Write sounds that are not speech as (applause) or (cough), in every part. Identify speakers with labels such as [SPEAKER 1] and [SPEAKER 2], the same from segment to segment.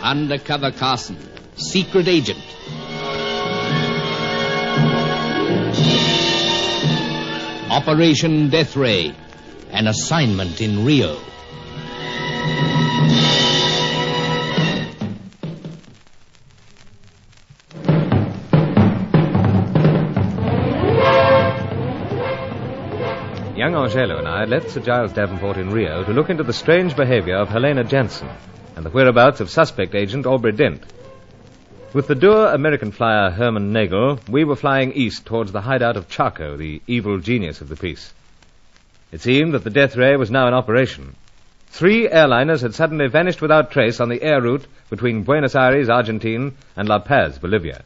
[SPEAKER 1] Undercover Carson, secret agent. Operation Death Ray, an assignment in Rio.
[SPEAKER 2] Young Angelo and I had left Sir Giles Davenport in Rio to look into the strange behavior of Helena Jansen and the whereabouts of suspect agent Aubrey Dent. With the dour American flyer Herman Nagel, we were flying east towards the hideout of Charco, the evil genius of the piece. It seemed that the death ray was now in operation. Three airliners had suddenly vanished without trace on the air route between Buenos Aires, Argentine, and La Paz, Bolivia.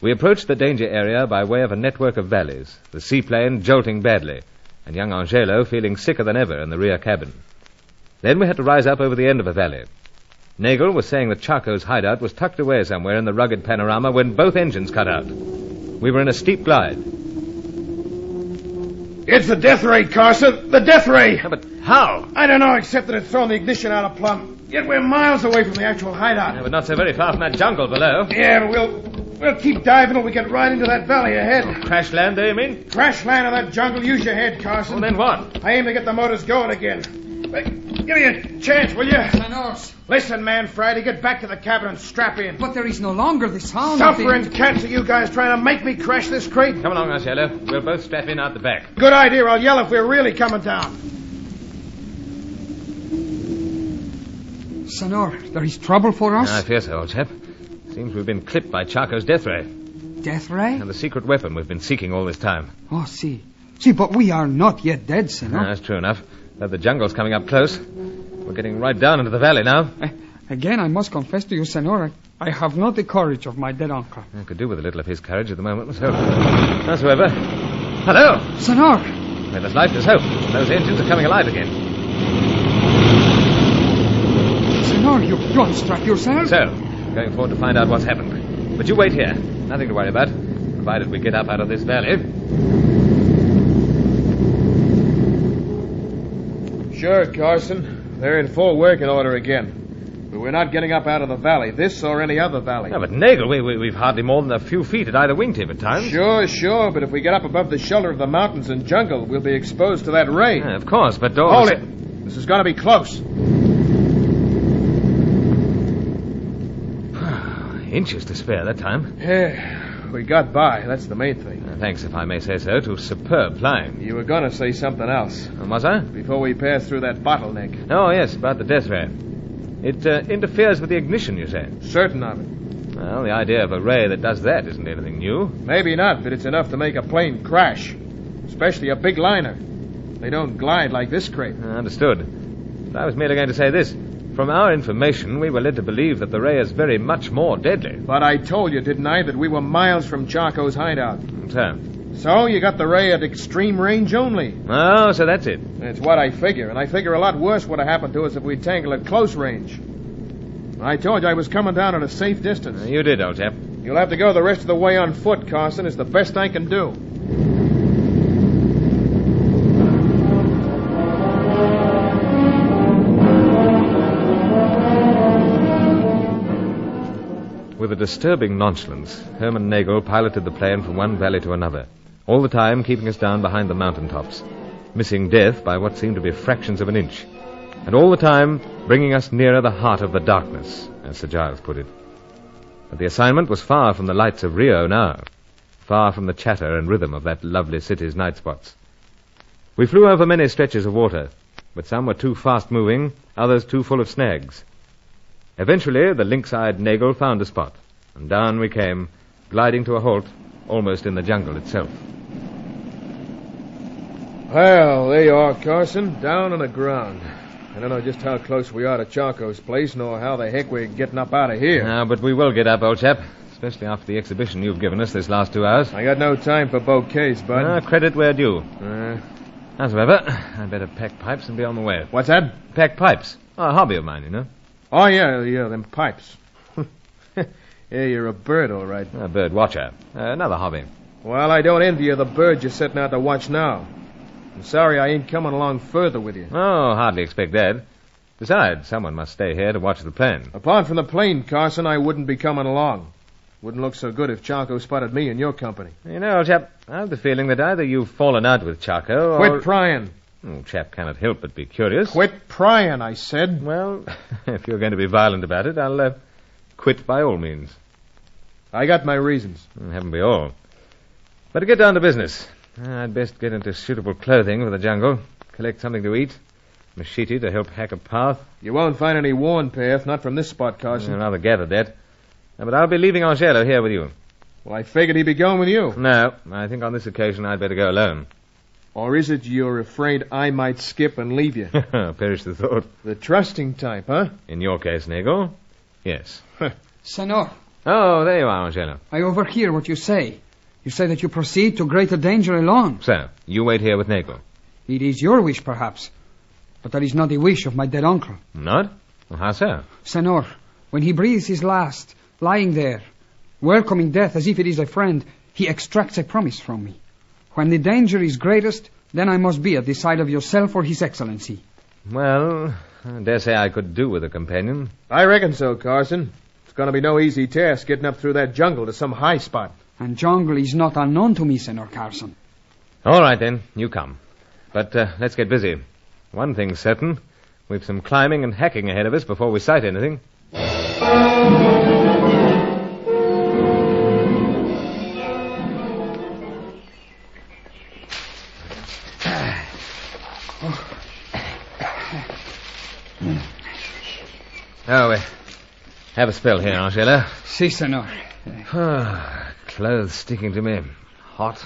[SPEAKER 2] We approached the danger area by way of a network of valleys, the seaplane jolting badly, and young Angelo feeling sicker than ever in the rear cabin. Then we had to rise up over the end of a valley. Nagel was saying that Charco's hideout was tucked away somewhere in the rugged panorama when both engines cut out. We were in a steep glide.
[SPEAKER 3] It's the death ray, Carson. The death ray.
[SPEAKER 2] but how?
[SPEAKER 3] I don't know, except that it's thrown the ignition out of plumb. Yet we're miles away from the actual hideout.
[SPEAKER 2] but not so very far from that jungle below.
[SPEAKER 3] Yeah, but we'll we'll keep diving till we get right into that valley ahead.
[SPEAKER 2] Crash land, do you mean?
[SPEAKER 3] Crash land in that jungle. Use your head, Carson.
[SPEAKER 2] what?
[SPEAKER 3] I aim to get the motors going again. Hey, give me a chance, will you?
[SPEAKER 4] Senors,
[SPEAKER 3] Listen, man, Friday, get back to the cabin and strap in.
[SPEAKER 4] but there is no longer the sound of the-
[SPEAKER 3] Suffering cats are you guys trying to make me crash this crate?
[SPEAKER 2] Come along, Marcello. We'll both strap in out the back.
[SPEAKER 3] Good idea. I'll yell if we're really coming down.
[SPEAKER 4] Senor, there is trouble for us.
[SPEAKER 2] I fear so, old chap. Seems we've been clipped by Charco's death ray,
[SPEAKER 4] Death ray?
[SPEAKER 2] and the secret weapon we've been seeking all this time.
[SPEAKER 4] Oh, see. See, but we are not yet dead,
[SPEAKER 2] Ah,
[SPEAKER 4] Senor.
[SPEAKER 2] that's true enough. But the jungle's coming up close. We're getting right down into the valley now.
[SPEAKER 4] Eh, Again, I must confess to you, Senor, I I have not the courage of my dead uncle.
[SPEAKER 2] I could do with a little of his courage at the moment myself. Howsoever. Hello!
[SPEAKER 4] Senor!
[SPEAKER 2] Well, there's life, there's hope. Those engines are coming alive again.
[SPEAKER 4] Senor, you don't strap yourself?
[SPEAKER 2] So, going forward to find out what's happened. But you wait here. Nothing to worry about, provided we get up out of this valley.
[SPEAKER 3] Sure, Carson. They're in full working order again. But we're not getting up out of the valley, this or any other valley.
[SPEAKER 2] No, but Nagel, we, we, we've hardly more than a few feet at either wingtip at times.
[SPEAKER 3] Sure, sure, but if we get up above the shelter of the mountains and jungle, we'll be exposed to that ray.
[SPEAKER 2] Yeah, of course, but... all-
[SPEAKER 3] Hold it. This is going to be close.
[SPEAKER 2] Inches to spare that time.
[SPEAKER 3] Yeah, we got by. That's the main thing.
[SPEAKER 2] Uh, Thanks, if I may say so, to superb flying.
[SPEAKER 3] You were going to say something else
[SPEAKER 2] Uh, Was I?
[SPEAKER 3] before we passed through that bottleneck.
[SPEAKER 2] Oh, yes, about the death ray. It uh, interferes with the ignition, you say?
[SPEAKER 3] Certain of it.
[SPEAKER 2] Well, the idea of a ray that does that isn't anything new.
[SPEAKER 3] Maybe not, but it's enough to make a plane crash, especially a big liner. They don't glide like this crate.
[SPEAKER 2] Uh, Understood. But I was merely going to say this. From our information, we were led to believe that the ray is very much more deadly.
[SPEAKER 3] But I told you, didn't I, that we were miles from Charco's hideout.
[SPEAKER 2] So,
[SPEAKER 3] So you got the ray at extreme range only.
[SPEAKER 2] oh, so that's it.
[SPEAKER 3] It's what I figure, and I figure a lot worse would have happened to us if we tangled at close range. I told you I was coming down at a safe
[SPEAKER 2] Uh,
[SPEAKER 3] distance.
[SPEAKER 2] You did, old chap.
[SPEAKER 3] You'll have to go the rest of the way on foot, Carson. It's the best I can do.
[SPEAKER 2] With a disturbing nonchalance, Herman Nagel piloted the plane from one valley to another, all the time keeping us down behind the mountaintops, missing death by what seemed to be fractions of an inch, and all the time bringing us nearer the heart of the darkness, as Sir Giles put it. But the assignment was far from the lights of Rio now, far from the chatter and rhythm of that lovely city's night spots. We flew over many stretches of water, but some were too fast moving, others too full of snags. Eventually, the lynx-eyed Nagel found a spot, and down we came, gliding to a halt almost in the jungle itself.
[SPEAKER 3] Well, there you are, Carson, down on the ground. I don't know just how close we are to Charco's place, nor how the heck we're getting up out of here.
[SPEAKER 2] Now, but we will get up, old chap, especially after the exhibition you've given us this last two hours.
[SPEAKER 3] I got no time for bouquets, bud.
[SPEAKER 2] Ah, credit where due.
[SPEAKER 3] Uh,
[SPEAKER 2] Howsoever, I'd better pack pipes and be on the way.
[SPEAKER 3] what's that?
[SPEAKER 2] Pack pipes? a hobby of mine, you know.
[SPEAKER 3] Oh, yeah, yeah, them pipes. (laughs) yeah, you're a bird, all right.
[SPEAKER 2] A bird watcher. Uh, another hobby.
[SPEAKER 3] Well, I don't envy you the bird you're setting out to watch now. I'm sorry I ain't coming along further with you.
[SPEAKER 2] Oh, hardly expect that. Besides, someone must stay here to watch the plane.
[SPEAKER 3] Apart from the plane, Carson, I wouldn't be coming along. Wouldn't look so good if Charco spotted me in your company.
[SPEAKER 2] You know, old chap, I have the feeling that either you've fallen out with Chaco or...
[SPEAKER 3] Quit prying.
[SPEAKER 2] Old chap cannot help but be curious.
[SPEAKER 3] Quit prying, I said.
[SPEAKER 2] Well, (laughs) if you're going to be violent about it, I'll uh, quit by all means.
[SPEAKER 3] I got my reasons.
[SPEAKER 2] Haven't we all? But to get down to business, Ah, I'd best get into suitable clothing for the jungle, collect something to eat, machete to help hack a path.
[SPEAKER 3] You won't find any worn path, not from this spot, Carson.
[SPEAKER 2] I've rather gathered that. Uh, But I'll be leaving Angelo here with you.
[SPEAKER 3] Well, I figured he'd be going with you.
[SPEAKER 2] No, I think on this occasion I'd better go alone. (laughs)
[SPEAKER 3] Or is it you're afraid I might skip and leave you?
[SPEAKER 2] Perish the thought.
[SPEAKER 3] the trusting type, huh?
[SPEAKER 2] In your case, Nego? Yes.
[SPEAKER 4] Senor,
[SPEAKER 2] Oh, there you are, Angelo.
[SPEAKER 4] I overhear what you say. You say that you proceed to greater danger alone.
[SPEAKER 2] So, you wait here with Nego.
[SPEAKER 4] It is your wish, perhaps. But that is not the wish of my dead uncle.
[SPEAKER 2] Not? Well, how so?
[SPEAKER 4] Senor, when he breathes his last, lying there, welcoming death as if it is a friend, he extracts a promise from me. When the danger is greatest, then I must be at the side of yourself or His Excellency.
[SPEAKER 2] Well, I dare say I could do with a companion.
[SPEAKER 3] I reckon so, Carson. It's gonna be no easy task getting up through that jungle to some high spot.
[SPEAKER 4] And jungle is not unknown to me, Senor Carson.
[SPEAKER 2] All right, then. You come. But uh, let's get busy. One thing's certain. We've some climbing and hacking ahead of us before we sight anything. Oh, we have a spell here, Angela.
[SPEAKER 4] Si, Senor. Eh,
[SPEAKER 2] Ah, Clothes sticking to me. Hot,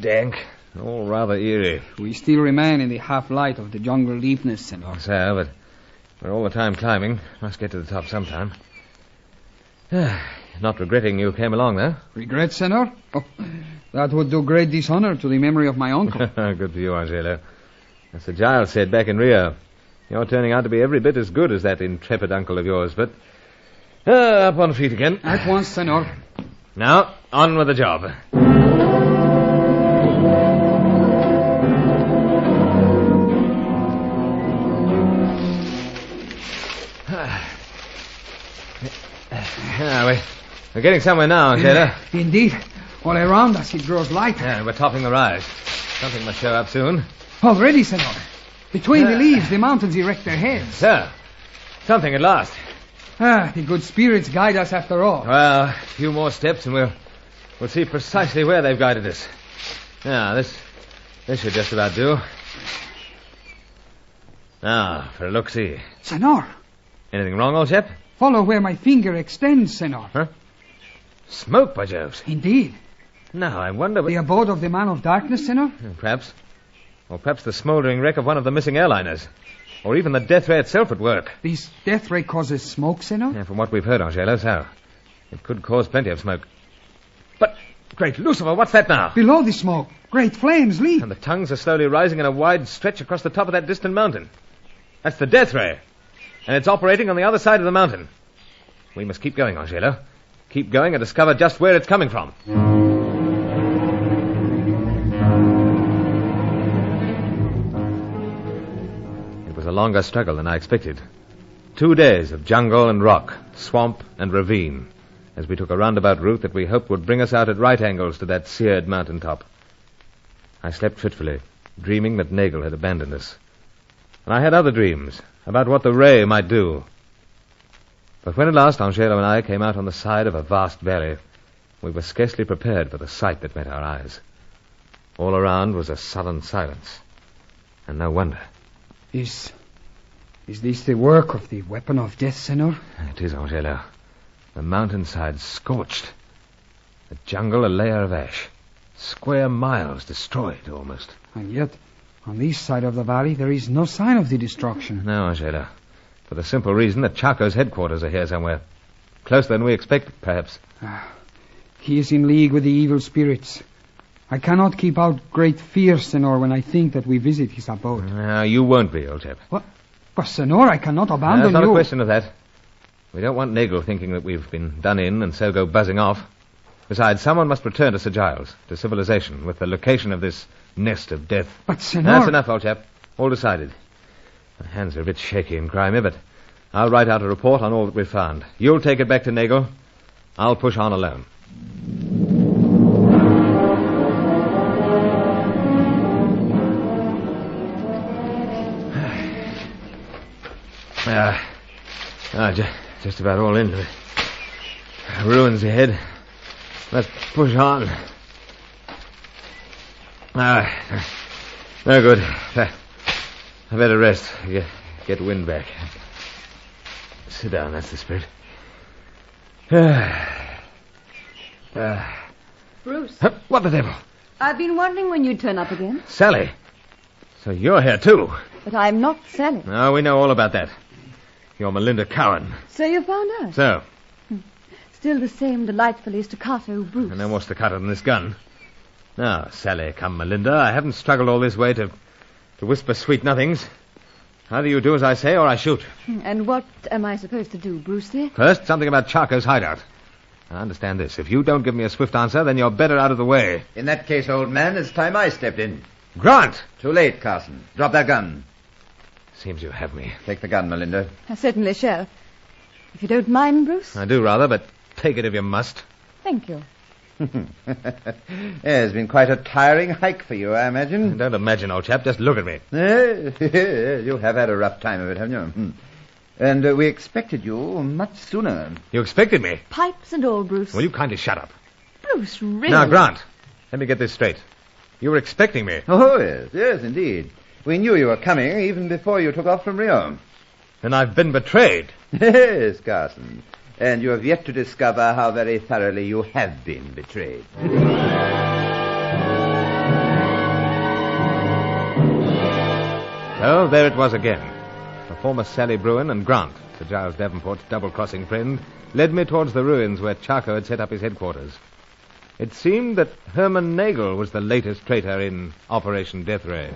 [SPEAKER 2] dank, all rather eerie.
[SPEAKER 4] We still remain in the half light of the jungle deepness, Senor.
[SPEAKER 2] Not so, but we're all the time climbing. Must get to the top sometime. Ah, Not regretting you came along, though. (laughs)
[SPEAKER 4] Regret, Senor? Oh, that would do great dishonor to the memory of my uncle.
[SPEAKER 2] good for you, Angelo. As Sir Giles said back in Rio, you're turning out to be every bit as good as that intrepid uncle of yours, but... Uh, up on feet again.
[SPEAKER 4] At once, Senor.
[SPEAKER 2] Now, on with the job. Ah, we- we're getting somewhere now,
[SPEAKER 4] (clears throat)
[SPEAKER 2] Angela.
[SPEAKER 4] Indeed. All around us it grows lighter.
[SPEAKER 2] Yeah, we're topping the rise. Something must show up soon.
[SPEAKER 4] Already, Senor. Between the leaves, the mountains erect their heads.
[SPEAKER 2] So, something at last.
[SPEAKER 4] Ah, the good spirits guide us after all.
[SPEAKER 2] Well, a few more steps and we'll we'll see precisely where they've guided us. Now, this this should just about do. Now, for a look see.
[SPEAKER 4] Senor,
[SPEAKER 2] Anything wrong, old chap?
[SPEAKER 4] follow where my finger extends, Senor.
[SPEAKER 2] Smoke, by Jove.
[SPEAKER 4] Indeed.
[SPEAKER 2] Now, I wonder what.
[SPEAKER 4] The abode of the man of darkness, Senor?
[SPEAKER 2] Perhaps. Or perhaps the smouldering wreck of one of the missing airliners. Or even the death ray itself at work.
[SPEAKER 4] This death ray causes smoke, Senor?
[SPEAKER 2] Yeah, from what we've heard, Angelo, so. It could cause plenty of smoke. But, great Lucifer, what's that now?
[SPEAKER 4] Below the smoke, great flames leap.
[SPEAKER 2] And the tongues are slowly rising in a wide stretch across the top of that distant mountain. That's the death ray. And it's operating on the other side of the mountain. We must keep going, Angelo. Keep going and discover just where it's coming from. It was a longer struggle than I expected. Two days of jungle and rock, swamp and ravine, as we took a roundabout route that we hoped would bring us out at right angles to that seared mountaintop. I slept fitfully, dreaming that Nagel had abandoned us. And I had other dreams about what the ray might do. But when at last Angelo and I came out on the side of a vast valley, we were scarcely prepared for the sight that met our eyes. All around was a sullen silence. And no wonder.
[SPEAKER 4] Is. Is this the work of the weapon of death, Senor?
[SPEAKER 2] It is, Angelo. The mountainside scorched. The jungle a layer of ash. Square miles destroyed almost.
[SPEAKER 4] And yet, on this side of the valley, there is no sign of the destruction.
[SPEAKER 2] No, Angela. For the simple reason that Chaco's headquarters are here somewhere. Closer than we expected, perhaps.
[SPEAKER 4] Ah, He is in league with the evil spirits. I cannot keep out great fear, Senor, when I think that we visit his abode.
[SPEAKER 2] No, you won't be, old chap.
[SPEAKER 4] But, Senor, I cannot
[SPEAKER 2] No, it's
[SPEAKER 4] abandon
[SPEAKER 2] not
[SPEAKER 4] you.
[SPEAKER 2] a question of that. We don't want Nagel thinking that we've been done in and so go buzzing off. Besides, someone must return to Sir Giles, to civilization, with the location of this nest of death.
[SPEAKER 4] But, Senor,
[SPEAKER 2] That's enough, old chap. All decided. My hands are a bit shaky in crime, but I'll write out a report on all that we've found. You'll take it back to Nagel. I'll push on alone. (sighs) Ah, ah, ju- just about all into it. Ruins ahead. Let's push on. Ah, no good. I I better rest. Get, get wind back. Sit down. That's the spirit. Ah, ah.
[SPEAKER 5] Bruce,
[SPEAKER 2] Huh, what the devil,
[SPEAKER 5] I've been wondering when you'd turn up again,
[SPEAKER 2] Sally? So you're here too?
[SPEAKER 5] but I'm not Sally.
[SPEAKER 2] Oh, we know all about that. You're Melinda Cowan.
[SPEAKER 5] So you found out.
[SPEAKER 2] So,
[SPEAKER 5] Still the same delightfully staccato Bruce.
[SPEAKER 2] And then what's the cut on this gun? Now, Sally, come, Melinda. I haven't struggled all this way to, to whisper sweet nothings. Either you do as I say or I shoot.
[SPEAKER 5] And what am I supposed to do, Bruce eh? dear?
[SPEAKER 2] First, something about Charco's hideout. I understand this. If you don't give me a swift answer, then you're better out of the way.
[SPEAKER 6] In that case, old man, it's time I stepped in.
[SPEAKER 2] Grant!
[SPEAKER 6] Too late, Carson. Drop that gun.
[SPEAKER 2] Seems you have me.
[SPEAKER 6] Take the gun, Melinda. (laughs)
[SPEAKER 5] I certainly shall. If you don't mind, Bruce.
[SPEAKER 2] I do rather, but take it if you must.
[SPEAKER 5] Thank you.
[SPEAKER 6] it's been quite a tiring hike for you, I
[SPEAKER 2] (laughs)
[SPEAKER 6] imagine. (laughs)
[SPEAKER 2] Don't imagine, old chap. Just look at me.
[SPEAKER 6] Eh? you have had a rough time of it, haven't you? Hmm. And uh, we expected you much sooner.
[SPEAKER 2] You expected me.
[SPEAKER 5] Pipes and all, Bruce.
[SPEAKER 2] Will you kindly shut up?
[SPEAKER 5] Bruce, really?
[SPEAKER 2] Now, Grant, let me get this straight. You were expecting me.
[SPEAKER 6] Oh, yes, yes, indeed. We knew you were coming even before you took off from Rio. (laughs)
[SPEAKER 2] And I've been betrayed.
[SPEAKER 6] yes, Carson. And you have yet to discover how very thoroughly you have been betrayed.
[SPEAKER 2] So there it was again. The former Sally Bruin and Grant, Sir Giles Davenport's double crossing friend, led me towards the ruins where Charco had set up his headquarters. It seemed that Herman Nagel was the latest traitor in Operation Death Ray.